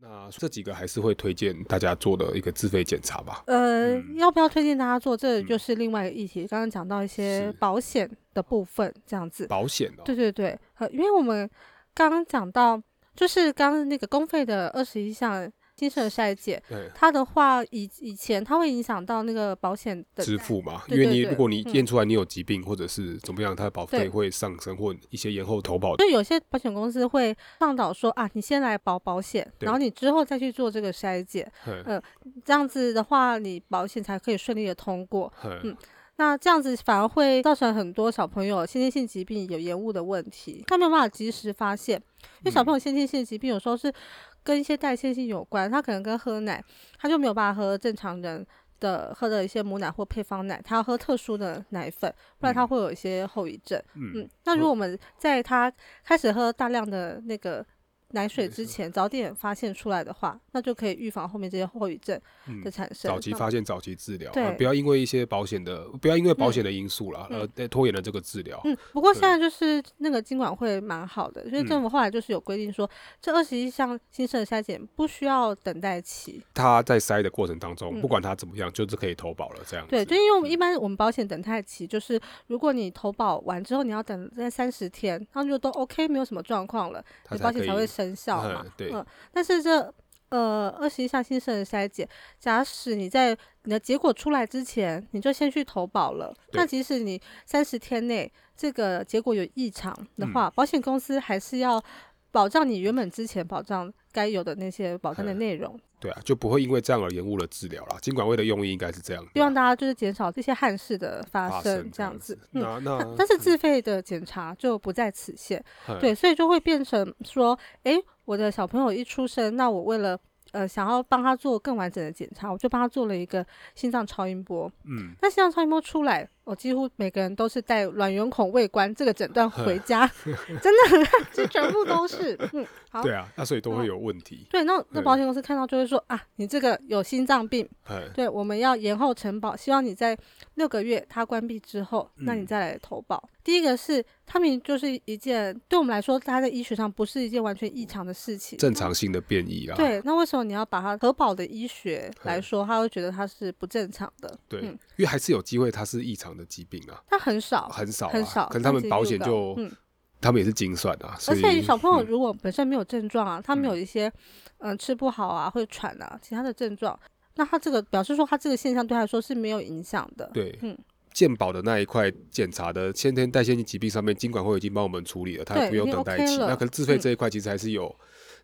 那这几个还是会推荐大家做的一个自费检查吧。呃，嗯要不要推荐大家做？这嗯就是另外一个议题。刚刚讲到一些是保险的部分，这样子。保险的、哦对对对，呃，因为我们刚刚讲到，就是刚刚那个公费的二十一项精神筛检，对，它的话以以前它会影响到那个保险的支付嘛，对因为对你对如果你嗯验出来你有疾病或者是怎么样，它的保费对会上升或一些延后投保。所以有些保险公司会倡导说啊，你先来保保险，对然后你之后再去做这个筛检，嘿呃这样子的话，你保险才可以顺利的通过。嘿嗯那这样子反而会造成很多小朋友先天性疾病有延误的问题，他没有办法及时发现，因为小嗯朋友先天性疾病有时候是跟一些代谢性有关，他可能跟喝奶，他就没有办法喝正常人。的喝的一些母奶或配方奶，他要喝特殊的奶粉，不然他嗯会有一些后遗症。嗯嗯，，那如我果我们在他开始喝大量的那个奶水之前，早点发现出来的话，那就可以预防后面这些后遗症嗯的产生。早期那发现，早期治疗，对啊不要因为一些保险的，不要因为保险的因素啦，嗯呃，对拖延了这个治疗。嗯，不过哦对现在就是那个经管会蛮好的，所以嗯政府后来就是有规定说，这二十一项新生的筛检不需要等待期。他在筛的过程当中，嗯不管他怎么样，就是可以投保了，这样子。对，就因为我们嗯一般我们保险等待期，就是如果你投保完之后，你要等在三十天，然后就都 OK，没有什么状况了，他你保才可险以才会生效嘛。嗯对嗯但是这呃二十一项新生儿筛检，假使你在你的结果出来之前，你就先去投保了，对那即使你三十天内这个结果有异常的嗯话，保险公司还是要保障你原本之前保障该有的那些保障的嗯内容，对啊，就不会因为这样而延误了治疗啦。经管会的用意应该是这样，希望大家就是减少这些憾事的发啊发生，生这样子。嗯，那那但是自费的检查就不在此限。嗯对，所以就会变成说，诶，我的小朋友一出生，那我为了呃想要帮他做更完整的检查，我就帮他做了一个心脏超音波。嗯，那心脏超音波出来，我、几乎每个人都是带卵圆孔未观这个诊断回家， 真的，这全部都是。嗯，好。嗯对啊，那所以都会有问题。对，那那嗯保险公司看到就会说啊，你这个有心脏病，嗯，对，我们要延后承保，希望你在六个月它关闭之后，那你嗯再来投保。第一个是他们就是一件对我们来说，它在医学上不是一件完全异常的事情，正常性的变异啦。对，那为什么你要把它核保的医学来嗯说，他会觉得它是不正常的？对，嗯因为还是有机会它是异常的疾病啊，但很少，很少啊很少，可能但他们几保乎险到就嗯，他们也是精算啊，所而以且小朋友嗯如果本身没有症状啊，他们嗯有一些嗯、吃不好啊，或者喘啊，其他的症状，那他这个表示说他这个现象对他来说是没有影响的。对，嗯健保的那一块检查的先天代谢性疾病上面，金管会已经帮我们处理了，它对也不用已经等待 OK 期。了嗯那可是自费这一块其实还是有。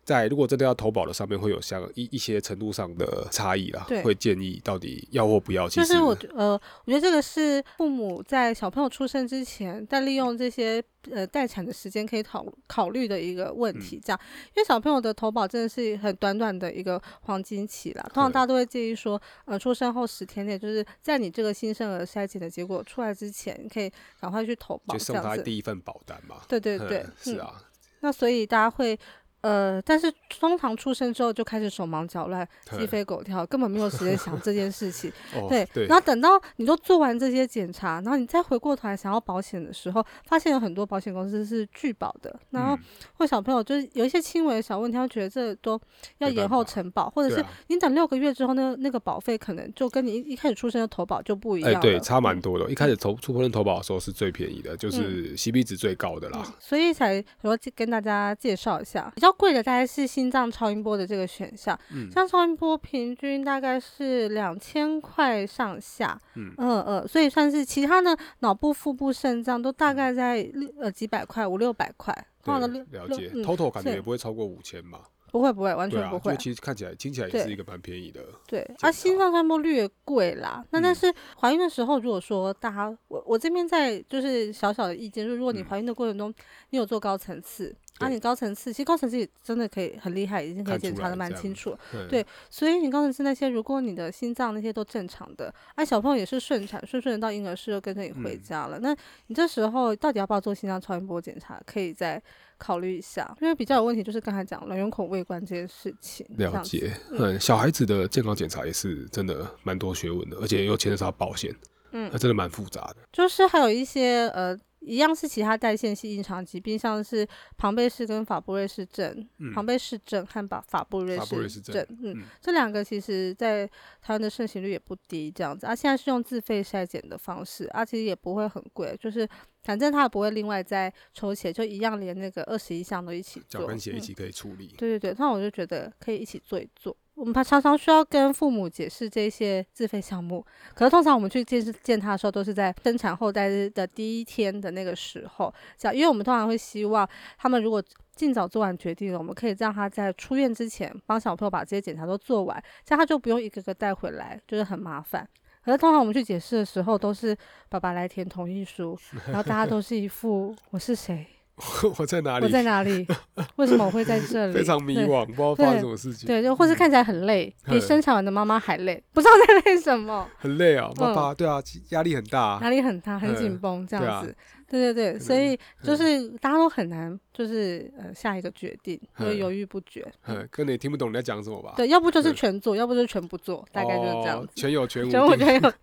在如果真的要投保的上面，会有相一一些程度上的差异啦对，会建议到底要或不要。其就实是我觉呃，我觉得这个是父母在小朋友出生之前，但利用这些呃待产的时间可以考考虑的一个嗯问题，这样，因为小朋友的投保真的是很短短的一个黄金期啦。通常对大家都会建议说，呃，出生后十天内，就是在你这个新生儿筛检的结果出来之前，你可以赶快去投保就这送样他子。第一份保单嘛。对对对嗯，是嗯啊，那所以大家会。呃，但是通常出生之后就开始手忙脚乱、鸡嗯飞狗跳，根本没有时间想这件事情。哦对，对然后等到你都做完这些检查，然后你再回过头来想要保险的时候，发现有很多保险公司是拒保的，然后嗯或小朋友就是有一些轻微的小问题，他觉得这都要没延办后法承保，或者对是啊你等六个月之后，那那个保费可能就跟你一一开始出生的投保就不一样哎、了，对，差蛮嗯多的。一开始投出生投保的时候是最便宜的，就是 CP 值最高的啦。所以才说跟大家介绍一下，比较贵的大概是心脏超音波的这个选项。嗯像超音波平均大概是两千块上下，嗯呃呃，所以算是其他的脑部、腹部、肾脏都大概在六呃几百块、五六百块，通常都嗯对六了六解、嗯 t o t a l 感觉是也不会超过五千嘛。不会不会，完对全啊不，就会。其实看起来听起来对也是一个蛮便宜的。对，查啊，心脏超音波略贵啦。那但嗯是怀孕的时候，如果说大家，我我这边在就是小小的意见，就是如果你嗯怀孕的过程中，你有做高层次，啊，对你高层次其实高层次也真的可以很厉害，已经可以看检出查来的蛮这样清楚。嗯对所以你高层次那些，如果你的心脏那些都正常的，啊，小朋友也是顺产，顺顺的到婴儿室就跟着你回嗯家了，那你这时候到底要不要做心脏超音波检查，可以再考虑一下，因为比较有问题就是刚才讲卵圆孔未观这件事情。这了样子，解，嗯嗯，小孩子的健康检查也是真的蛮多学问的，而且又牵扯到保险，嗯那。真的蛮复杂的。就是还有一些呃一样是其他代谢性异常疾病，像是庞贝氏跟法布瑞氏症、庞贝氏症和法法布瑞嗯法布瑞氏氏症症，嗯，这两个其实在台湾的盛行率也不低，这样子啊，现在是用自费筛检的方式，啊，其实也不会很贵，就是反正他也不会另外再抽血，就一样连那个二十一项都一起脚做，跟鞋嗯一起可以处理。对对对，那我就觉得可以一起做一做。我们常常需要跟父母解释这些自费项目，可是通常我们去见见他的时候，都是在生产后代日的第一天的那个时候，这样，因为我们通常会希望他们如果尽早做完决定了，我们可以让他在出院之前帮小朋友把这些检查都做完，这样他就不用一个个带回来，就是很麻烦。可是通常我们去解释的时候，都是爸爸来填同意书，然后大家都是一副 我是谁， 我在哪我里？在 哪里，为什么我会在这里，非常迷对惘，不知道对发生什么事情，对，就或是看起来很累，比嗯生产完的妈妈还累，不知道在累什么，很累啊，爸爸，对啊，压力很大啊，嗯压力很大，很紧嗯绷这对啊嗯样子。对对对，所以就是大家都很难，就是呃下一个决定，就嗯是犹豫不决。嗯，可能也听不懂你在讲什么吧？对，要不就是嗯全做，要不就是全不做，大概就是这样哦子。全有全无所以我定，觉得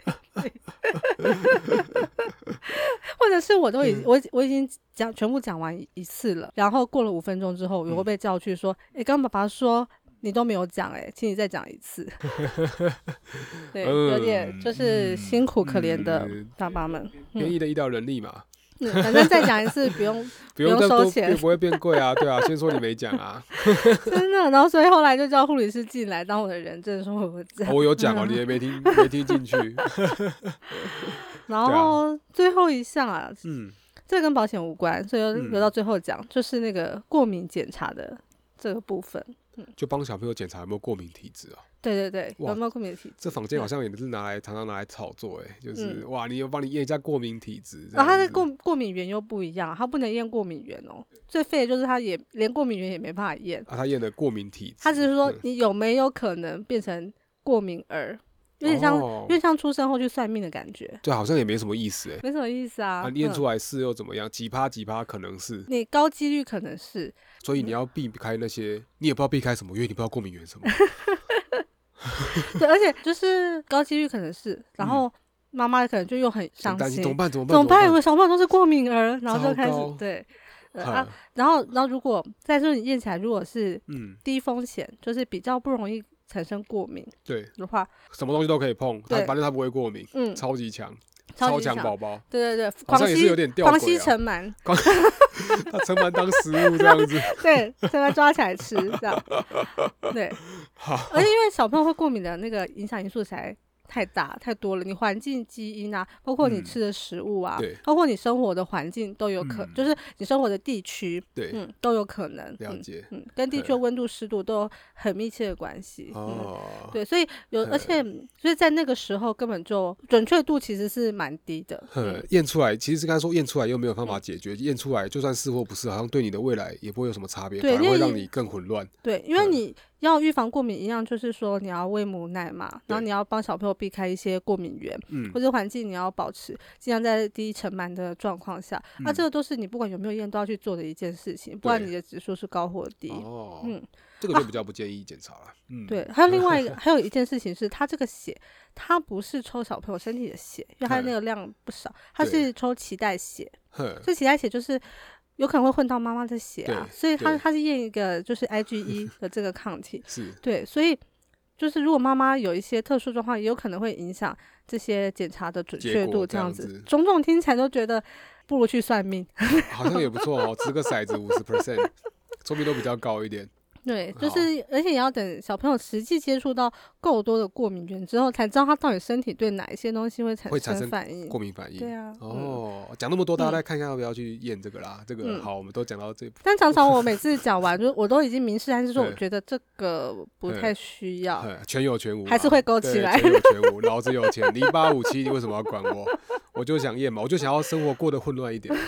有 或者是我都嗯已我已我已经讲全部讲完一一次了，然后过了五分钟之后，我嗯会被叫去说：“诶，刚刚爸爸说你都没有讲，诶，请你再讲一 次。”对，有点就是辛苦可怜的嗯爸爸们，便宜的医疗人力嘛，嗯，反正再讲一次不用不用用再收多，钱也不会变贵啊，对啊，先说你没讲 啊，真的。然后所以后来就叫护理师进来当我的人证，说我这哦我有讲哦，嗯你也没听，没听进 去，然对啊后最后一项啊，嗯，这跟保险无关，所以要嗯留到最后讲，就是那个过敏检查的这个部分。就帮小朋友检查有没有过敏体质啊。对对对，哇有没有过敏体质？这房间好像也是拿来常常拿来炒作，哎，就是嗯哇，你有帮你验一下过敏体质，这然后它样的子哦过过敏源又不一样，它不能验过敏源哦。最废的就是它也连过敏源也没办法验，啊，他验的过敏体质，它只是说嗯你有没有可能变成过敏儿，有点像、哦有点像出生后去算命的感觉，对，好像也没什么意思，哎，没什么意思啊。啊，验嗯出来是又怎么样？几趴几趴可能是，你高几率可能是，所嗯以你要避开那些，你也不知道避开什么，因为你不知道过敏源什么。对，而且就是高几率可能是，然后妈妈可能就又很嗯很伤担心心，怎么办？怎么怎办？么怎办？么我小朋友都是过敏儿，然后糟就开始糕对，呃、办？啊，啊，然后然后如果再说你验起来如果是嗯，低风险，就是比较不容易产生过敏对，的话，什么东西都可以碰，他对反正他不会过敏，嗯，超级强，超超级强强宝宝，对对对，好狂像也是吸有点吊狂吸诡啊。尘螨，他盛完当食物这 样子，对，现在抓起来吃这 样，对，好，而且因为小朋友会过敏的那个影响因素才。太大太多了，你环境基因啊，包括你嗯吃的食物啊，对包括你生活的环境都有可，嗯就是你生活的地区，对，嗯，都有可能，了嗯解。嗯，跟地区的温度、湿度都有很密切的关系。嗯，哦，对，所以有，而且所以在那个时候根本就准确度其实是蛮低的。嗯呃，验出来，其实刚才说验出来又没有办法解决，验出来就算是或不是，好像对你的未来也不会有什么差别，对反而因会为让你你更混乱。对，因为嗯你要预防过敏，一样就是说你要喂母奶嘛，然后对你要帮小朋友避开一些过敏源，嗯或，者环境你要保持，尽量在低尘螨的状况下。那、嗯这个都是你不管有没有验都要去做的一件事情，不管对你的指数是高或低。哦，嗯，这个就比较不建议检查了。嗯，对，还有另外 一个，还有一件事情是，他这个血，他不是抽小朋友身体的血，因为他那个量不少，他对是抽脐带血。哼，这脐带血就是有可能会混到妈妈的血啊，对所以他对。他是验一个就是 IgE 的这个抗体 是，对，所以就是如果妈妈有一些特殊状况，也有可能会影响这些检查的准结确果度。这这样样子子，种种听起来都觉得不如去算命。好像也不错哦，掷个骰子五十 percent，说明都比较高一点。对，就好是而且也要等小朋友实际接触到够多的过敏源之后，才知道他到底身体对哪一些东西会产会产生反应。过敏反应。 对啊，嗯。哦，讲那么多，大家嗯再看看要不要去验这个啦。这个嗯好，我们都讲到这一部但常 常我每次讲完，就我都已经明示暗示说，我对觉得这 个不太需要。分， 全有全无嘛，还是会勾对起来全有全无，老子有钱，你一八五七，你为什么要管我？ 我就想验嘛，我就想要生活过得混乱一点。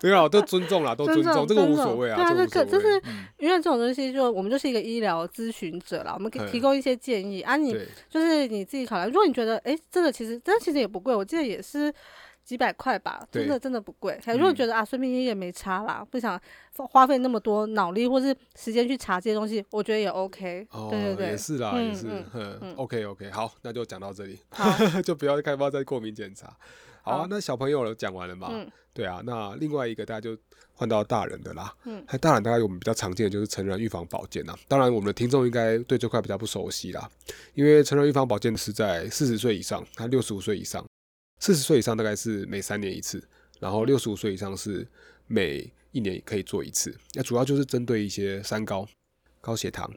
对啊，都尊重啦，都尊尊重这个无尊所重谓对这啊无这个所这谓是嗯因为这种东西就，我们就是一个医疗咨询者啦，我们可以提嗯供一些建议啊你。对，就是你自己考量。如果你觉得，哎，这个其实，但其实也不贵，我记得也是几百块吧，对嗯真的真的不贵。很多人觉得啊，顺便也也没差啦，不想花花费那么多脑力或是时间去查这些东西，我觉得也 OK、哦，对对对也，是啦，也嗯是嗯，嗯，OK OK，好，那就讲到这里， 好，就不要开发再过敏检查。好啊好，那小朋友了讲完了嘛？嗯对啊，那另外一个大家就换到大人的啦。嗯，还大人大概我们比较常见的就是成人预防保健啦。当然，我们的听众应该对这块比较不熟悉啦，因为成人预防保健是在四十岁以上，他六十五岁以上，四十岁以上大概是每三年一次，然后六十五岁以上是每一年可以做一次。那主要就是针对一些三高、高血糖、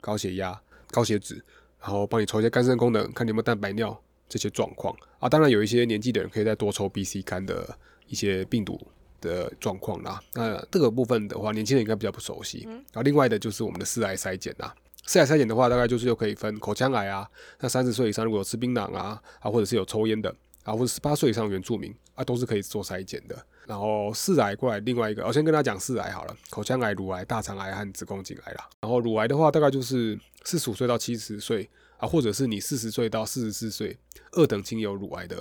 高血压、高血脂，然后帮你抽一些肝肾功能，看你有没有蛋白尿这些状况啊。当然，有一些年纪的人可以再多抽 B、C 肝的一些病毒的状况啦。那这个部分的话，年轻人应该比较不熟悉。然后另外的就是我们的四癌筛检啦。四癌筛检的话，大概就是又可以分口腔癌啊，那三十岁以上如果有吃槟榔啊，啊或者是有抽烟的啊，或者十八岁以上的原住民啊，都是可以做筛检的。然后四癌过来另外一个，我、先跟大家讲四癌好了，口腔癌、乳癌、大肠癌和子宫颈癌啦。然后乳癌的话，大概就是四十五岁到七十岁啊，或者是你四十岁到四十四岁二等亲有乳癌的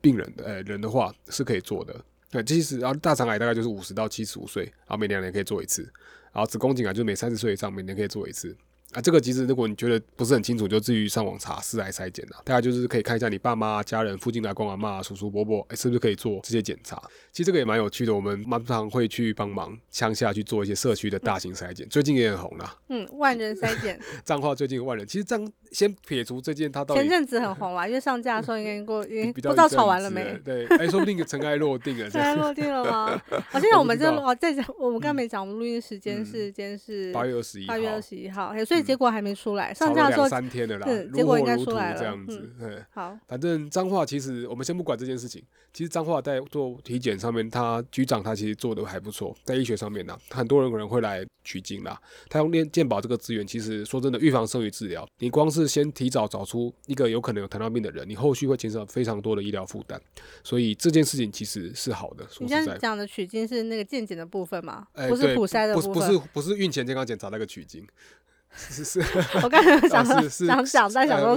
病人的呃人的话是可以做的。对，其实然后大肠癌大概就是五十到七十五岁，然后每两年可以做一次。然后子宫颈癌就是每三十岁以上每年可以做一次。啊，这个其实如果你觉得不是很清楚，就至于上网查四癌筛检啦。大家就是可以看一下你爸妈、家人、附近的阿公阿妈、叔叔伯伯，哎，是不是可以做这些检查？其实这个也蛮有趣的，我们蛮常会去帮忙乡下去做一些社区的大型筛检，最近也很红啦。嗯，万人 筛检，彰化最近有万人，其实这样先撇除这件，他到底前阵子很红啦，因为上架的时候应 该过，已经比不较知一道阵炒完子了没？对，哎，说不定尘埃落定了，这尘 埃样落定了 吗？好，现在我我不们知这道哦，在讲我们刚没讲，我们录音时间嗯是今天是八月二十一号，八月二十一号，哎嘿所嗯以结果还没出来，吵上了架的时两候三天了啦是，如结果火应该如出荼来这了样子嗯。嗯，好，反正彰化其实我们先不管这件事情，其实彰化在做体检上面，他局长他其实做的还不错，在医学上面呢、很多人可能会来取经啦。他用健健保这个资源，其实说真的，预防胜于治疗。你光是先提早找出一个有可能有糖尿病的人，你后续会减少非常多的医疗负担，所以这件事情其实是好的。说你实现在在的。讲的取经是那个健检的部分嘛，哎不对是普筛的不是部不分。是不是孕前健康检查那个取经， 是是是，我刚才 想啊说是是想讲，但想说呃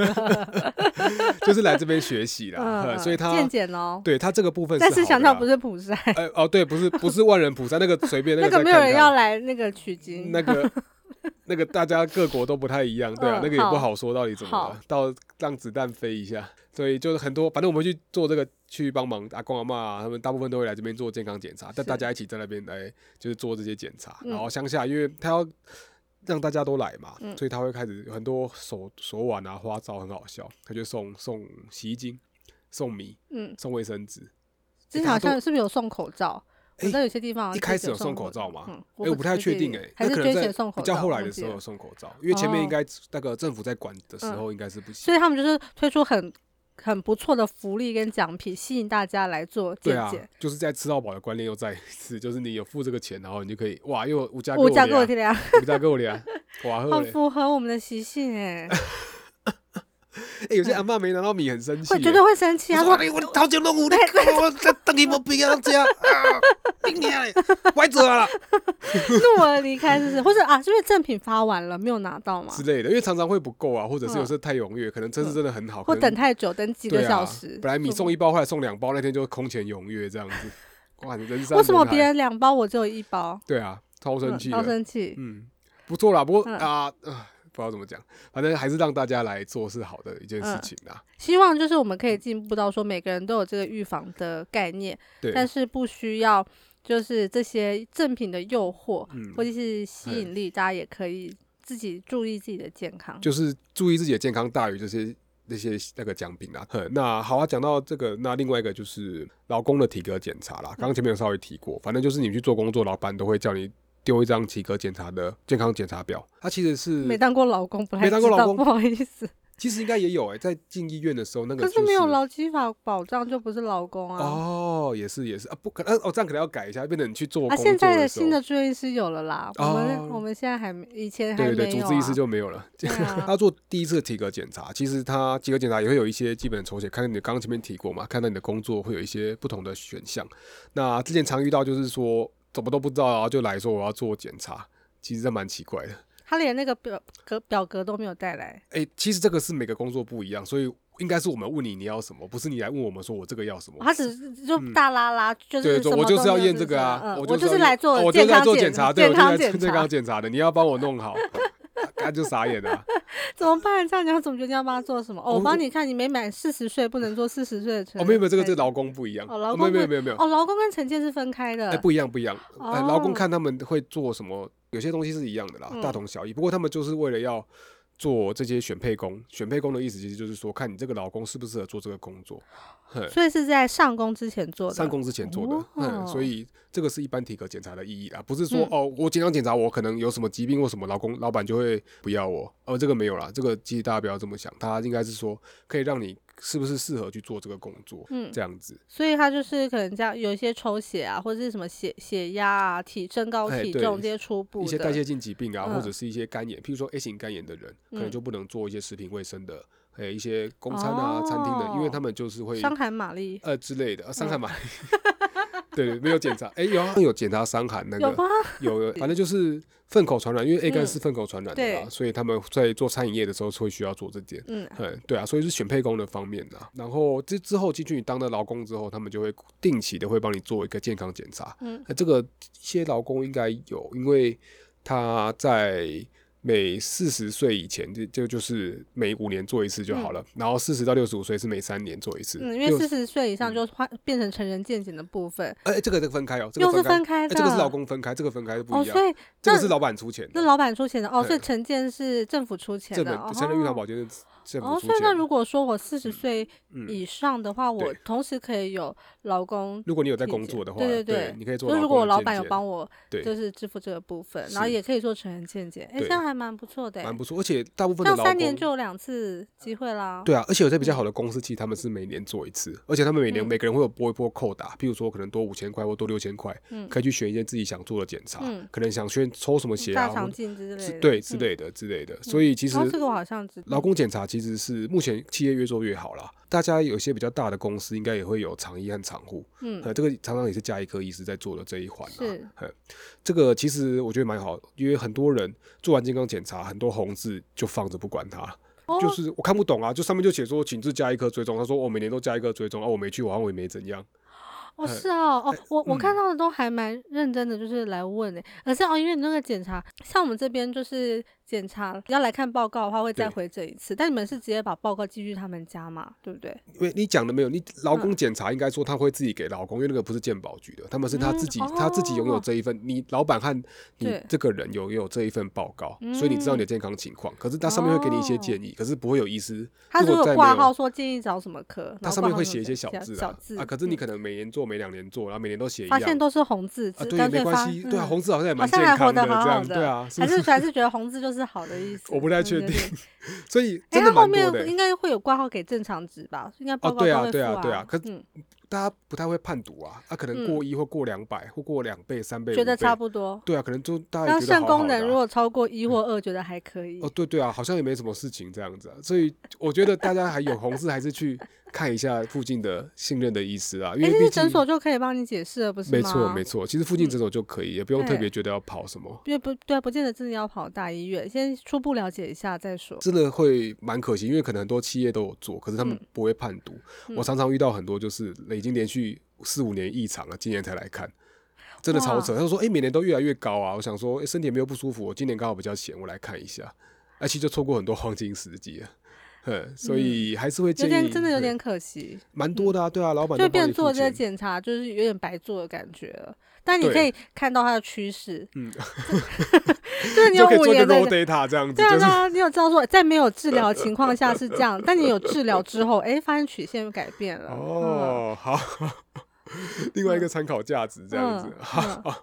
了。 就是来这边学习啦，嗯，呃嗯所以他健检哦，对他这个部分但是是好想的到啦不是普筛，哎、哦，对，不是不是万人菩萨那个随便 那个再个没有看人看要来那个取经。那个那个大家各国都不太一样，对啊，嗯那个也不好好说到底怎么了好，到让子弹飞一下，所以就是很多，反正我们去做这个去帮忙阿公阿妈、啊，他们大部分都会来这边做健康检查，但是大家一起在那边来就是做这些检查，嗯然后乡下因为他要。让大家都来嘛，嗯所以他会开始有很多手手腕啊花招很好笑，他就送送洗衣精、送米、嗯，送卫生纸。哎之前大好家都哎像是不是有送口罩？我知道有些地方好像一开是始有送口口罩吗嗯，哎、不我不太确定哎、还那是可捐能在钱送口比罩。较后来忘的记时候了有送口罩，因为前面哦嗯应该那个政府在管的时候应该是不行。所以他们就是推出很很不错的福利跟奖品，吸引大家来做对健啊检。，就是在吃到饱的观念又再一次，就是你有付这个钱，然后你就可以哇，又有五加物价够够天，天量，五加够天，哇呵很嘞！符合我们的习 性哎，哎、有嗯些阿妈没拿到米很生气、会欸，绝对会生气。啊我说他说哎我头前弄有，你看我这等于没必要这样啊，顶你啊嘞，歪折啊 啦怒而离开，是不是？ 或者啊，是不是赠品发完了没有拿到嘛之？类的，因为常常会不够啊，或者是有嗯时候太踊跃，可能真是真的很好，或可能等太久，等几对个小时。啊。本来米送一包，后来送两包，那天就空前踊跃这样子。哇，人山为什么人海别人两包我只有一包？对啊，超生嗯气超的。生气。嗯，不错啦，不过嗯啊、啊不知道怎么讲，反正还是让大家来做是好的一件嗯事情啦。希望就是我们可以进步到说每个人都有这个预防的概念，但对，是不需要就是这些赠品的诱惑，嗯哎或者是吸引力，大家也可以自己注意自己的健康。就是注意自己的健康大于这些那些那个奖品啦。哼，那好啊，讲到这个，那另外一个就是劳工的体格检查啦，刚刚前面有稍微提过，反正就是你去做工作，老板都会叫你丢一张体格检查的健康检查表，它其实没是当过老公，不太没当过知道劳工不好意思。其实应该也有哎、在进医院的时候那个、可就是没有劳基法保障，就不是老公啊。哦，也是也是啊，不可能、啊、哦，这样可能要改一下，变成你去做工啊，作现在的的时新候的住院医师有了啦，我们哦我们现在还没，以前还对没有、啊。对对，主治医师就没有了。对啊 他做第一次体格检查，其实他体格检查也会有一些基本的抽血，看你刚刚前面提过嘛，看到你的工作会有一些不同的选项。那之前常遇到就是说怎么都不知道，然啊后就来说我要做检查，其实这蛮奇怪的。他连那个表格表格都没有带来。哎、其实这个是每个工作不一样，所以应该是我们问你你要什么，不是你来问我们说我这个要什么。哦他只是就大拉拉，就对，是就什么我就都是要没有验这个嗯啊，我就是是要来验哦做我就是来做健检查，查，对，我健就是来康做健查康，检查的，你要帮我弄 好，他就傻眼了啊。怎么办？这样你要怎么决定要帮他做什么？哦，我我帮你看，你没满四十岁不能做四十岁的成哦，人。没有没有，这个这个哎劳工不一样，哦劳哦没有工不没有没有没有，哦，劳工跟惩戒是分开的。哎，不一样不一样，哎，劳工哦看他们会做什么，有些东西是一样的啦嗯，大同小异。不过他们就是为了要做这些选配工，选配工的意思其实就是说，看你这个劳工适不适合做这个工作，哼所以是在上工之前做的。上工之前做的，嗯，哦所以这个是一般体格检查的意义啦，不是说、嗯哦，我健康检查我可能有什么疾病或什么，老公老板就会不要我，哦，这个没有啦，这个其实大家不要这么想，它应该是说可以让你是不是适合去做这个工作，嗯这样子，所以他就是可能这样，有一些抽血啊，或者是什么血血压啊、体身高、哎体对重这些初步的。一些代谢性疾病啊，嗯或者是一些肝炎，譬如说 A 型肝炎的人，可能就不能做一些食品卫生的，还有一些公餐啊、哦餐厅的，因为他们就是会伤嗯寒玛丽呃之类的，呃伤寒嘛。 对，没有检查，哎、有啊有检查伤寒那个，有吗？ 有有，反正就是粪口传染，因为 A 肝嗯是粪口传染的啦，对所以他们在做餐饮业的时候是会需要做这点。嗯，嗯，对啊，所以是选配工的方面啦。然后之之后进去你当了劳工之后，他们就会定期的会帮你做一个健康检查。嗯那这个一些劳工应该有，因为他在每四十岁以前，这这就是每五年做一次就好了。然后四十到六十五岁是每三年做一次。嗯，因为六四十岁以上就换变成成人健检的部分，哎、这个这个分开哦，这又个是分开分，开哎、的。这个是劳工分开，这个分开是不哦，一样。所以这个那是老板出钱的。那老板出钱的哦，所以对成建是政府出钱这的本哦。成人预防保健是政府哦，出所以那钱的。如果说我四十岁嗯，以上的话，我对同时可以有劳工。如果你有在工作的话，对对对你可以做就劳工的健检。是如果我老板有帮我，对就是支付这个部分，然后是也可以做成人健检，哎，这对样还蛮不错的诶。欸蛮不错，而且大部分这的样劳三年工。就有两次机会啦。对啊，而且有些比较好的公司，其实他们是每年做一次，而且他们每年、嗯每个人会有拨一波扣打，譬如说可能多五千块或多六千块，嗯可以去选一件自己想做的检查，嗯可能想选抽什么血大啊，肠或镜之类之的，对之嗯。类的、之类的。所以其实然后这个我好像知道劳，工检查其实是目前企业越做越好啦，大家有些比较大的公司应该也会有厂医和厂护，嗯呃，这个常常也是加医科医师在做的这一环、啊。是呃，这个其实我觉得蛮好，因为很多人做完健康检查，很多红字就放着不管它，哦就是我看不懂啊，就上面就写说请至加医科追踪，他说我、每年都加一科追踪，啊，我没去，我好像我也没怎样。哦，呃嗯是哦，哦，我我看到的都还蛮认真的，就是来问的、而且哦，因为你那个检查，像我们这边就是检查要来看报告的话，会再对回诊一次，但你们是直接把报告寄去他们家嘛，对不对？因为你讲的没有，你劳嗯工检查应该说他会自己给劳工，因为那个不是健保局的，他们是他自己、嗯他自己拥有哦这一份，你老板和你对嗯这个人有有这一份报告，所以你知道你的健康情况。可是他上面会给你一哦些建议，可是不会有医师。他如如果果再挂没有号说建议找什么科，它然后上挂面号会什么写一些科小字小啊字啊，可是你嗯可能每年做、每两年做，然后每年都写一发样现都是红字，啊，只对，干没脆关发系，嗯对啊，红字好像也好蛮健像还活康得这好好样的，对啊，是还是还 是觉得红字就是好的意思。我不太确嗯对定对所以哎、真他的后蛮多的面欸，应该会有挂号给正常值吧？应该报告对都啊会对啊附对啊可是嗯，大家不太会判读啊，啊，可能过一或过两百或过两倍、三倍，觉五得倍差不多。对啊，可能就大家当也觉得肾好功好的能如啊。果超过一或二，觉得还可以哦，。对对啊，好像也没什么事情这样子、啊，所以我觉得大家还有红字，还是去看一下附近的信任的医师啊，因哎，为这毕是竟诊所就可以帮你解释了，不是吗？嗯没错没错，其实附近诊所就可以，也不用特对别觉得要跑什么。因为不对啊，不见得真的要跑大医院，先初步了解一下再说。真的会蛮可惜，因为可能很多企业都有做，可是他们嗯不会判读。嗯我常常遇到很多就是已经连续四五年异常了，今年才来看，真的超扯。他就说：“哎、每年都越来越高啊！”我想说：“哎、身体也没有不舒服，我今年刚好比较闲，我来看一下。”而且就错过很多黄金时机了。嗯，所以还是会建有议，点真的有嗯点可惜，蛮多的啊，对啊，老板都就帮变你做付这些钱，检查，就是有点白做的感觉了。但你可对以看到它的趋势， 嗯， 就是你有就可以五做一年个的 raw data 这样子，对啊，就对是啊，你有知道说，在没有治疗的情况下是这样，但你有治疗之后，哎，发现曲线又改变了。嗯，哦，好， 另外一个参考价值这样子嗯，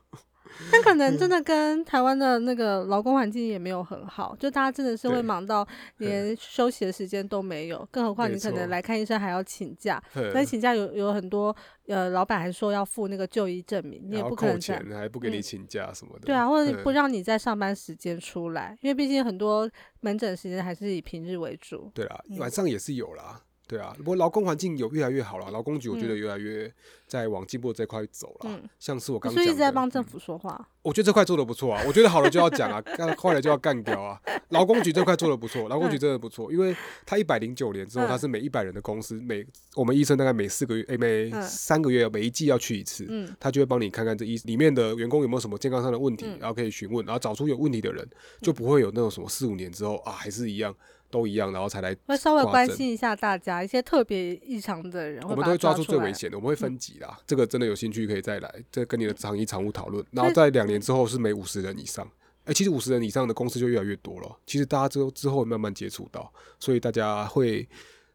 但可能嗯真的跟台湾的那个劳工环境也没有很好，就大家真的是会对忙到连休息的时间都没有，更何况没你可能错来看医生还要请假，嗯但请假有有很多呃，老板还说要付那个就医证明，你也然后不可扣能这样钱，还不给你嗯请假什么的。对啊，或者嗯不让你在上班时间出来，因为毕竟很多门诊时间还是以平日为主。对啦，啊嗯晚上也是有啦。对啊，不过劳工环境有越来越好了，劳工局我觉得越来越在往进步这块走了。嗯像是我你刚是刚不是一讲直在的，嗯帮政府说话？我觉得这块做的不错啊，我觉得好了就要讲啊， 干坏了就要干掉啊。劳工局这块做的不错，劳工局真的不错，因为他一百零九年之后，嗯他是每一百人的公司，每我们医生大概每四个月，哎、每嗯三个月，每一季要去一次。嗯他就会帮你看看这一里面的员工有没有什么健康上的问题，嗯然后可以询问，然后找出有问题的人，就不会有那种什么四五年之后啊还是一样都一样，然后才来会稍微挂关针心一下大家，一些特别异常的人，我把们他都会抓出住最来嗯危。险的，我们会分级啦。这个真的有兴趣可以再来，再跟你的长一常务讨论。所以然后在两年之后是每五十人以上，哎、其实五十人以上的公司就越来越多了。其实大家之后之后慢慢接触到，所以大家会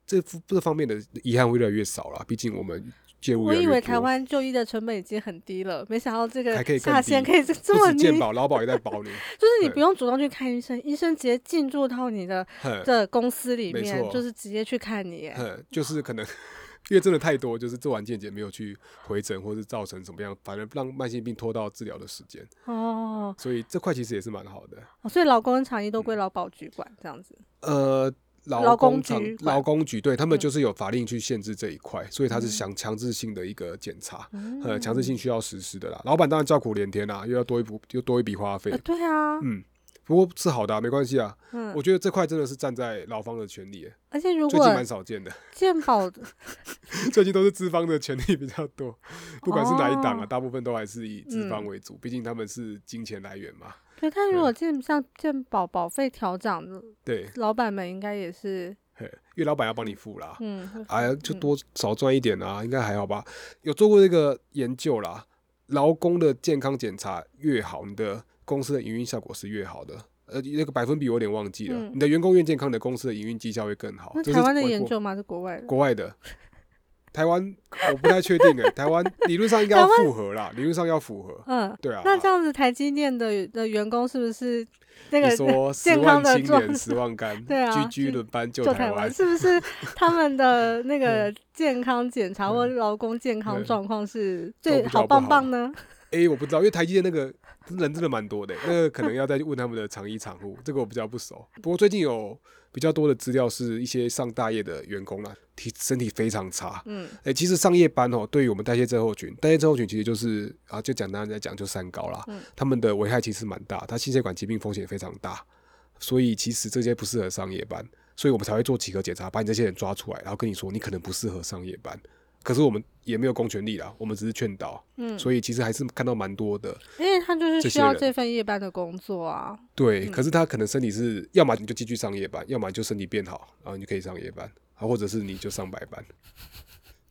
这这方面的遗憾会越来越少啦。毕竟我们介入我越来以越为台多。湾就医的成本已经很低了，没想到这还个可以更下限低可以这这不么止低，健就保、劳保也在保 你，是你对不用主动去看医生，医生直接进驻到你的哼的公司里没面，错就是直接去看你耶。哼，就是可能因为真的太多，就是做完健检没有去回诊，或是造成怎么样，反正让慢性病拖到治疗的时间，哦，所以这块其实也是蛮好的。哦所以劳工跟长嗯医都归劳保局管这样子。呃，劳劳工工厂局管劳工局对他们嗯就是有法令去限制这一块，所以它是嗯强强制性的一个检查，嗯呃，强制性需要实施的啦。老板当然叫苦连天啦、又要多一笔又多一笔花费呃，，对啊，嗯，不过是好的、啊，没关系啊。嗯，我觉得这块真的是站在劳方的权利耶，而且如最果近蛮少见的， 健保的，最近都是资方的权利比较多，不管是哪一档啊，哦大部分都还是以资方嗯为主，毕竟他们是金钱来源嘛。对，但如对果健像健保保费调涨，对，老板们应该也是，嘿因为老板要帮你付啦，嗯，会哎呀，就嗯多少赚一点啊，应该还好吧？有做过这个研究啦，劳工的健康检查越好，你的公司的营运效果是越好的。呃，那个百分比我有点忘记了，嗯你的员工越健康，你的公司的营运绩效会更好。那这台是湾的我研国究吗？是国外的？国外的，台湾我不太确定诶、台湾理论上应该要符合啦，理论上要符合，嗯，对啊。那这样子，台积电的的员工是不是那个你说十健万康的青做年十万干，对啊居居就轮班救就台湾，是不是 他们的那个健康检查或劳工健康嗯状况是都最比较好不棒好棒呢？诶，我不知道，因为台积电那个人真的蛮多的、那个可能要再去问他们的厂医厂户，这个我比较不熟。不过最近有比较多的资料是一些上大夜的员工啦，体身体非常差。嗯，诶，其实上夜班哦，对于我们代谢症候群，代谢症候群其实就是啊，就简单来讲就三高啦，嗯他们的危害其实蛮大，它心血管疾病风险非常大，所以其实这些不适合上夜班，所以我们才会做几个检查，把你这些人抓出来，然后跟你说你可能不适合上夜班。可是我们也没有公权力啦，我们只是劝导，嗯所以其实还是看到蛮多的。因为他就是这需些要人这份夜班的工作啊。对，可是他可能身体是，要么你就继续上夜班，要么你就身体变好，然后你就可以上夜班，啊，或者是你就上白班。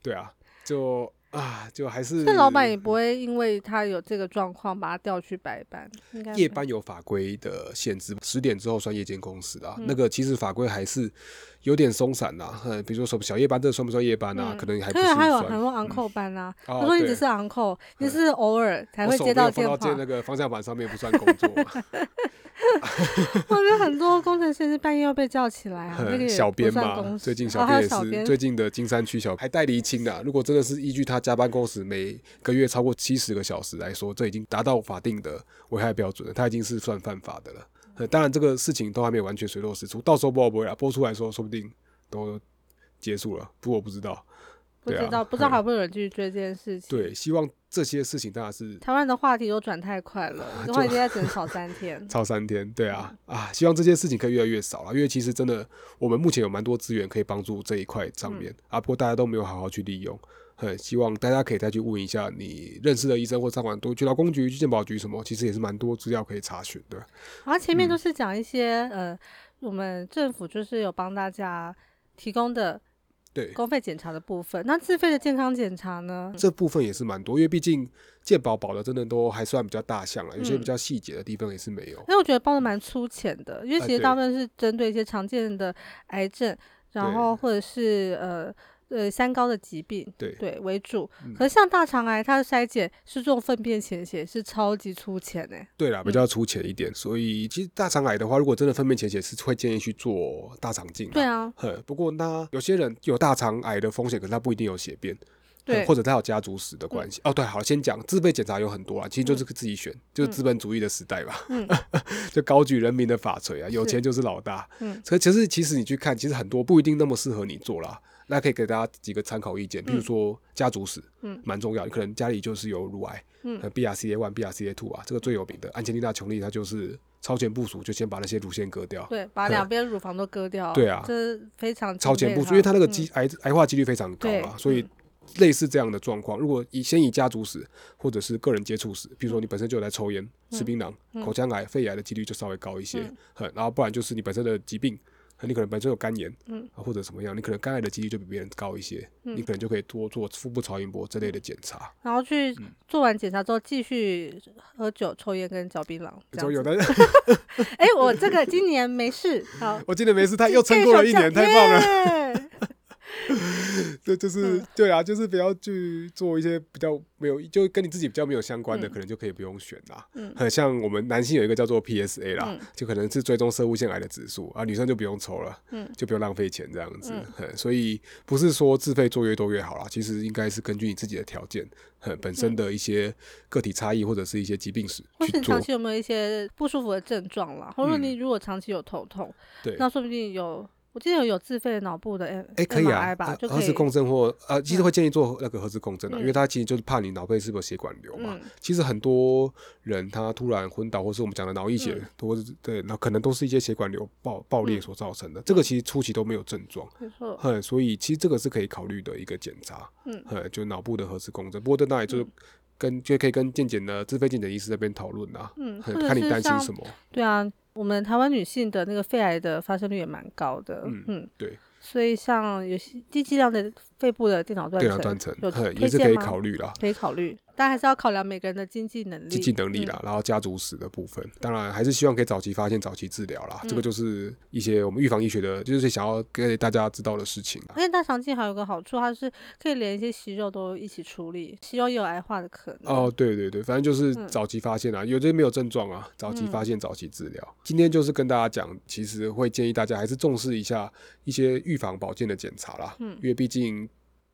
对啊，就啊，就还是这老板也不会因为他有这个状况把他调去白班，应该夜不会班有法规的限制，十点之后算夜间工时啊。嗯那个其实法规还是有点松散呐、呃，比如说什么小夜班，这算不算夜班啊？嗯可能还不对是啊，还有还算。有 uncle 班啊，哦他说你只对嗯是 uncle，你是偶尔才会我手接没有到放电到话。这那个方向盘上面不算工作嘛，我觉得很多工程师是半夜要被叫起来啊， 那个也嗯小不编算公嘛，司最近哦小还有编也小是编最近的金山区小还带离清的。如果真的是依据他加班工时每个月超过七十个小时来说，这已经达到法定的危害标准了，他已经是算犯法的了。呃，当然这个事情都还没有完全水落石出，到时候不知道不会啊，播出来说说不定都结束了，不过我不知道。不对知啊道不知道嗯还会不会有人继续追这件事情。对，希望这些事情当然是台湾的话题都转太快了， 就话题在只能吵三 。天超三天，对啊，啊，希望这些事情可以越来越少了，因为其实真的，我们目前有蛮多资源可以帮助这一块上面、啊，不过大家都没有好好去利用。很希望大家可以再去问一下你认识的医生，或上网多去劳工局、去健保局什么，其实也是蛮多资料可以查询的。然后前嗯面都是讲一些、呃，我们政府就是有帮大家提供的对，公费检查的部分，那自费的健康检查呢？这部分也是蛮多，因为毕竟健保保的真的都还算比较大项了，有些嗯比较细节的地方也是没有。因为我觉得包的蛮粗浅的，因为啊其实对大部分是针对一些常见的癌症，然对后或者是呃呃三高的疾病，对对为主。嗯可是像大肠癌，它的筛检是做粪便潜血，是超级粗浅欸诶、对啦，比较粗浅一点，所以其实大肠癌的话，如果真的分辨潜血，是会建议去做大肠镜啦。对啊，哼，不过那有些人有大肠癌的风险，可是他不一定有血便，对嗯呃或者他有家族史的关系。哦，对，好，先讲自费检查有很多啊，其实就是自己选，就是资本主义的时代吧，嗯就高举人民的法锤啊，有是钱就是老大。嗯所以其实其实你去看，其实很多不一定那么适合你做啦。那可以给大家几个参考意见，比如说家族史，嗯蛮重要。你可能家里就是有乳癌，嗯呃，BRCA one、BRCA two 啊，这个最有名的安吉丽娜·琼丽，她就是超前部署，就先把那些乳腺割掉。对，把对两边乳房都割掉，对啊这是非常超敬前佩部署，因为它那个嗯机癌癌化几率非常高对啊，所以嗯类似这样的状况，如果以先以家族史或者是个人接触史，比如说你本身就有在抽烟、嗯吃槟榔、口腔癌、肺癌的几率就稍微高一些，很然后不然就是你本身的疾病。你可能本身有肝炎，嗯啊，或者什么样，你可能肝癌的几率就比别人高一些，你可能就可以多做腹部超音波这类的检查。然后去嗯做完检查之后继续喝酒、抽烟跟嚼槟�榔，嗯这总有样子。的，，哎，我这个今年没事，好我记得没事， 他又 撑过了一年，太棒了。了。 耶对，嗯就是对啊，就是不要去做一些比较没有，就跟你自己比较没有相关的，嗯可能就可以不用选啦。嗯很像我们男性有一个叫做 PSA 啦，嗯就可能是追踪射物腺癌的指数啊，女生就不用抽了，嗯就不用浪费钱这样子。嗯所以不是说自费做越多越好啦，其实应该是根据你自己的条件，嗯、本身的一些个体差异或者是一些疾病史或是去你做嗯长。期有没有一些不舒服的症状啦？或者说你如果长期有头痛，对，那说不定有，我记得有自费脑部的 M 哎、可以 MRI 啊，吧，呃就核可磁以。共振或呃，其实会建议做那个核磁共振啊，嗯因为它其实就是怕你脑背是不是有血管瘤嘛。嗯其实很多人他突然昏倒，或是我们讲的脑溢血，嗯或者是对，那可能都是一些血管瘤爆爆裂所造成的。这个其实初期都没有症状，没错，嗯，所以其实这个是可以考虑的一个检查，嗯嗯，就脑部的核磁共振。不过这当然就是跟就可以跟健检的自费健检医师那边讨论啦，嗯，嗯或者看你是担心像什么。对啊，我们台湾女性的那个肺癌的发生率也蛮高的，嗯嗯对，所以像有些低剂量的肺部的电脑断电层脑，断层，有嗯，也推是荐可以吗考虑啦。可以考虑，但还是要考量每个人的经济能力。嗯经济能力啦，然后家族史的部分，当然还是希望可以早期发现、早期治疗啦。这嗯个就是一些我们预防医学的，就是想要给大家知道的事情啦而。且大肠镜还有个好处，它是可以连一些息肉都一起处理，息肉也有癌化的可能。哦，，对对对，反正就是嗯早期发现啊，有的没有症状啊，早期发现、早期治疗。今天就是跟大家讲，其实会建议大家还是重视一下一些预防保健的检查啦，嗯因为毕竟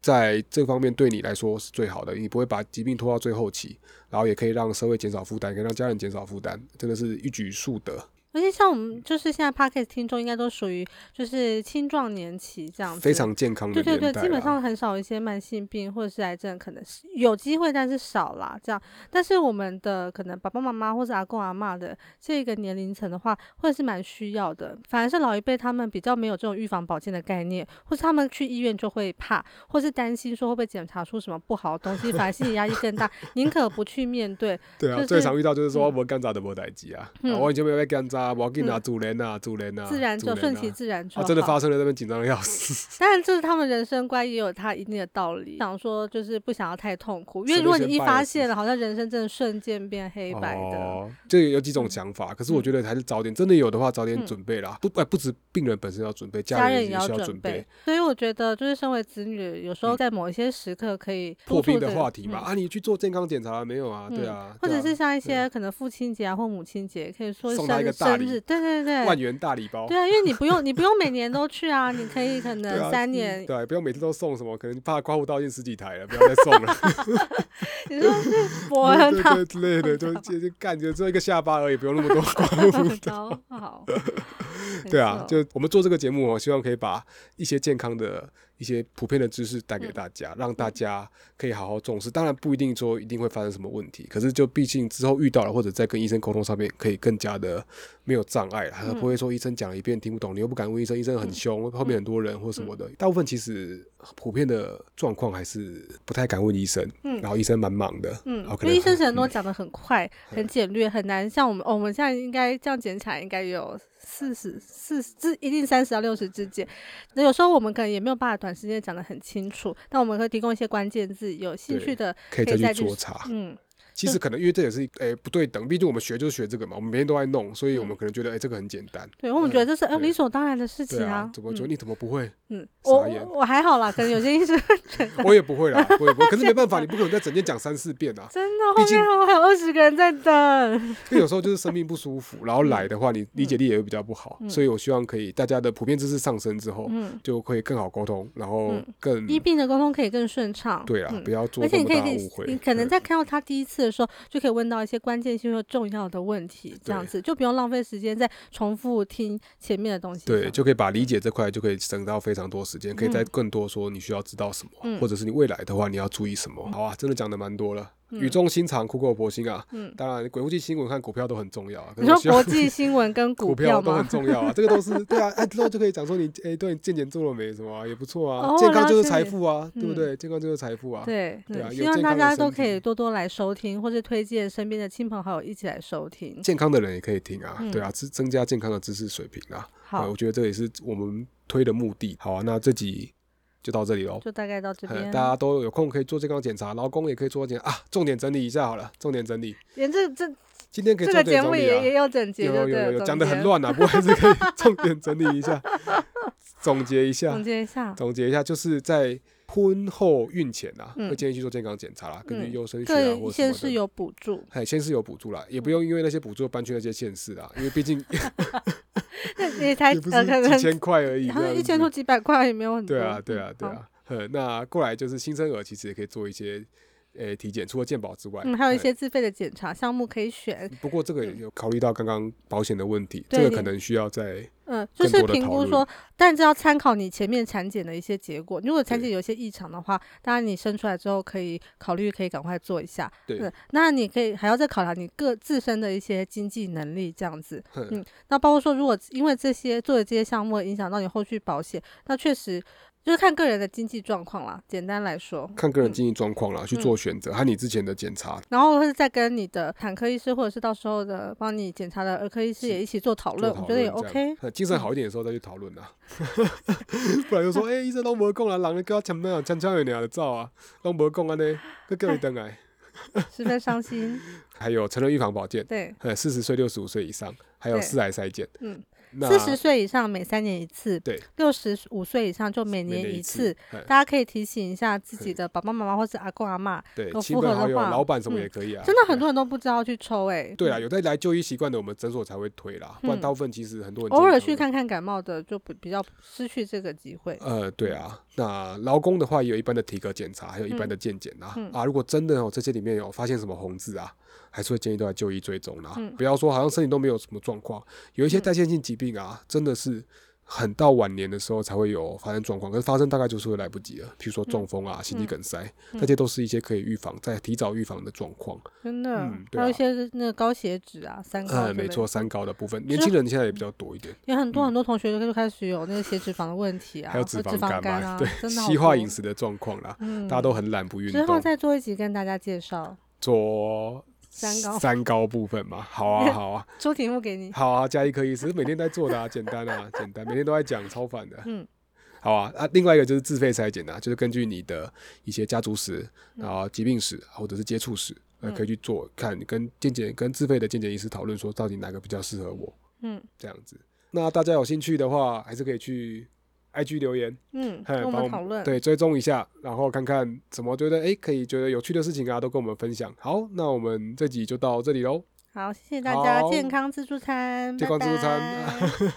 在这方面对你来说是最好的，你不会把疾病拖到最后期，然后也可以让社会减少负担，可以让家人减少负担，真的是一举数得。而且像我们就是现在 p o d c a s t 听众应该都属于就是青壮年期这样子，非常健康的年代对啊对啦对，基本上很少一些慢性病或者是癌症，可能是有机会，但是少啦。这样，但是我们的可能爸爸妈妈或者阿公阿嬷的这个年龄层的话，会是蛮需要的。反而是老一辈他们比较没有这种预防保健的概念，或是他们去医院就会怕，或是担心说会不会检查出什么不好的东西，反而心理压力更大， 宁可不去面对。对啊，就是最常遇到就是说我干炸的莫代机啊，嗯啊我以前没有被干炸，我给拿主人啊，主人啊，自然主就人啊顺其自然就啊，好。真的发生了，那边紧张的要死。当然，这是他们人生观也有他一定的道理。想说就是不想要太痛苦，因为如果你一发现了，好像人生真的瞬间变 黑白的。哦，就有几种想法，可是我觉得还是早点，真的有的话早点嗯准备啦。不，哎，不止病人本身要准备，家人也需要准准备。，嗯所以我觉得就是身为子女，有时候在某一些时刻可以破督冰促的着话题嘛，嗯啊，你去做健康检查了没有啊？嗯对啊，或对者是啊像一些可能父亲节啊或母亲节，可以说送生他一日个大生礼日，对对万对，元大礼包对，啊，因为你不用你不用每年都去啊，你可以可 对啊，能三年嗯对啊，不要每次都送什么，可能怕刮胡刀已经十几台了，不要再送了。你说是我很对讨对之类的，就就就干，就做一个下巴而已，不用那 么多刮胡好好，没对啊，错就我们做这个节目，哦我希望可以把一些健康的一些普遍的知识嗯带给大家，让大家可以好好重视。当然不一定说一定会发生什么问题，可是就毕竟之后遇到了，或者在跟医生沟通上面可以更加的没有障碍啦，他不嗯会说医生讲了一遍听不懂，你又不敢问医生，医生很凶，后面很多人或嗯什么的。大部分其实普遍的状况还是不太敢问医生，嗯然后医生蛮忙的，嗯然后，可能因为医生很很多讲的很快、很简略，很难像我们、哦我们现在应该这样剪起来，应该有四十四至一定三十到六十之间。那有时候我们可能也没有办法短时间讲的很清楚，但我们会提供一些关键字，有兴对趣的可以可再以去再去做查。 嗯其实可能因为这也是诶、不对等，毕竟我们学就是学这个嘛，我们每天都在弄，所以我嗯们可能觉得诶、这个很简单。对，我们觉得这是呃对理所当然的事情对啊，怎么觉得嗯你怎么不会？嗯，傻我我眼我还好啦，可能有些医生 我也不会啦，我也不会。可是没办法，你不可能在整天讲三四遍啊。真的毕后竟嗯面还有二十个人在等。因为有时候就是生命不舒服，然后嗯来的话，你理解力也会比较不好。所以我希望可以大家的普遍知识上升之后，嗯，就会更好沟通，然后更医病的沟通可以更顺畅。对啊，嗯不要做而且这你么可以大给误会。你可能嗯在看到他第一次的时候，就可以问到一些关键性又重要的问题，这样对子就不用浪费时间再重复听前面的东西上。对，就可以把理解这块就可以省到非常多时间，可以再嗯更多说你需要知道什么，嗯或者是你未来的话你要注意什么。好啊，真的讲的蛮多了，嗯语重心长，苦口婆心啊。嗯当然，鬼屋记新闻看股票都很重要啊。可你是我说希国望际新闻跟 股票票都很吗？重要啊，这个都是对啊，哎之后就可以讲说你哎，对，健检做了没什么啊，也不错啊，哦健康就了是解财富啊，对不嗯对？健康就是财富啊。对对啊有希望健大康的家身都可体以多多来收听，或是推荐身边的亲朋好友一起来收听。健康的人也可以听啊，嗯对啊，增增加健康的知识水平啊。呃好我，觉得这也是我们推的目的。好啊，那这集就到这里喽。就大概到这呃边。大家都有空可以做健康检查，劳工也可以做检查啊。重点整理一下好了，重点整理。连这这今天可以这重个点节整目理啊也。也有整洁，有对有不有对有总讲的结很乱啊，不过还是 可以重点整理一下，总结一下总，结一下，总结一下，就是在婚后孕前啊，嗯会建议去做健康检查啦，根据嗯优生学啊各或者县什市么的。有嗯补 助，哎，先是有补助啦，也不用因为那些补助搬去那些县市啊，因为毕竟也才也不呃可是几能千块而已，好像一这千样多子几百块也没有很多。对啊，对啊，嗯对。好啊。呃，那过来就是新生儿，其实也可以做一些呃体检，除了健保之外，嗯，还有一嘿些自费的检查项目可以选，不过这个也有考虑到刚刚保险的问题，对这个你可能需要在嗯，就更是多的评讨估论说，但是要参考你前面产检的一些结果。如果产对检有一些异常的话，当然你生出来之后可以考虑，可以赶快做一下。对嗯，那你可以还要再考量你个自身的一些经济能力这样子。哼嗯那包括说，如果因为这些做的这些项目影响到你后续保险，那确实就是看个人的经济状况啦。简单来说，看个人嗯经济状况啦，去做选择和你之前的检查然后是再跟你的产科医师，或者是到时候的帮你检查的儿科医师是也一起做讨做论，我讨觉得也论这 OK 嗯样。。呃精神好一点的时候再去讨论啦， 不然就 说哎，医生都没讲啊，人跟他抢那样抢抢有俩的照啊，都没讲啊呢，各各一等哎。十分伤心， 还有成人预防保健，对。呃，四十岁、六十五岁以上，还有对四癌筛检，嗯，那四十岁以上每三年一次，对，六十五岁以上就每每年年一一次，呃嘿大家可以提醒一下自己的爸爸妈妈或是阿公阿妈，对，有亲符朋合的好友、话老板什么嗯也可以啊。真的很对多人都不知道去抽哎、对啊，嗯有在来就医习惯的，我们诊所才会推啦，不然嗯大部分其实很多人偶健尔康去的。看看感冒的就不比较失去这个机会。呃，对啊，那劳工的话也有一般的体格检查，还有一般的健检啊、嗯啊，如果真的哦这些里面有发现什么红字啊，还是会建议都来就医追踪啦、嗯不要说好像身体都没有什么状况，有一些代谢性疾病啊，真的是很到晚年的时候才会有发生状况，可是发生大概就是会来不及了，比如说中风啊、心肌梗塞，嗯这些都是一些可以预防、在提早预防的状况。真的，嗯对还有一啊些是那个高血脂啊、三高、呃，没错，，三高的部啊分，年轻人现在也比较多一点。有很多嗯很多同学就开始有那个血脂肪的问题啊，还有或脂肪肪肝嘛，啊，对，真的好西化多饮，食的状况啦，嗯，大家都很懒不运之后动，再做一集跟大家介 绍，做三高三高部分 嘛，好啊好啊出题目给你，好啊，加一科医师每天在做的啊， 简单啊简单，每天都在讲，超烦的，嗯。好啊，啊，另外一个就是自费筛检啊，就是根据你的一些家族史啊、疾病史或者是接触史，呃，嗯可以去做看跟健检跟自费的健检医师讨论说到底哪个比较适合我嗯这样子。那大家有兴趣的话，还是可以去 IG 留言，嗯，嘿跟我帮们讨论，对，追踪一下，然后看看怎么觉得诶可以觉得有趣的事情啊，都跟我们分享。好，那我们这集就到这里喽，好，谢谢大家，好健康自助餐，健康自助餐拜拜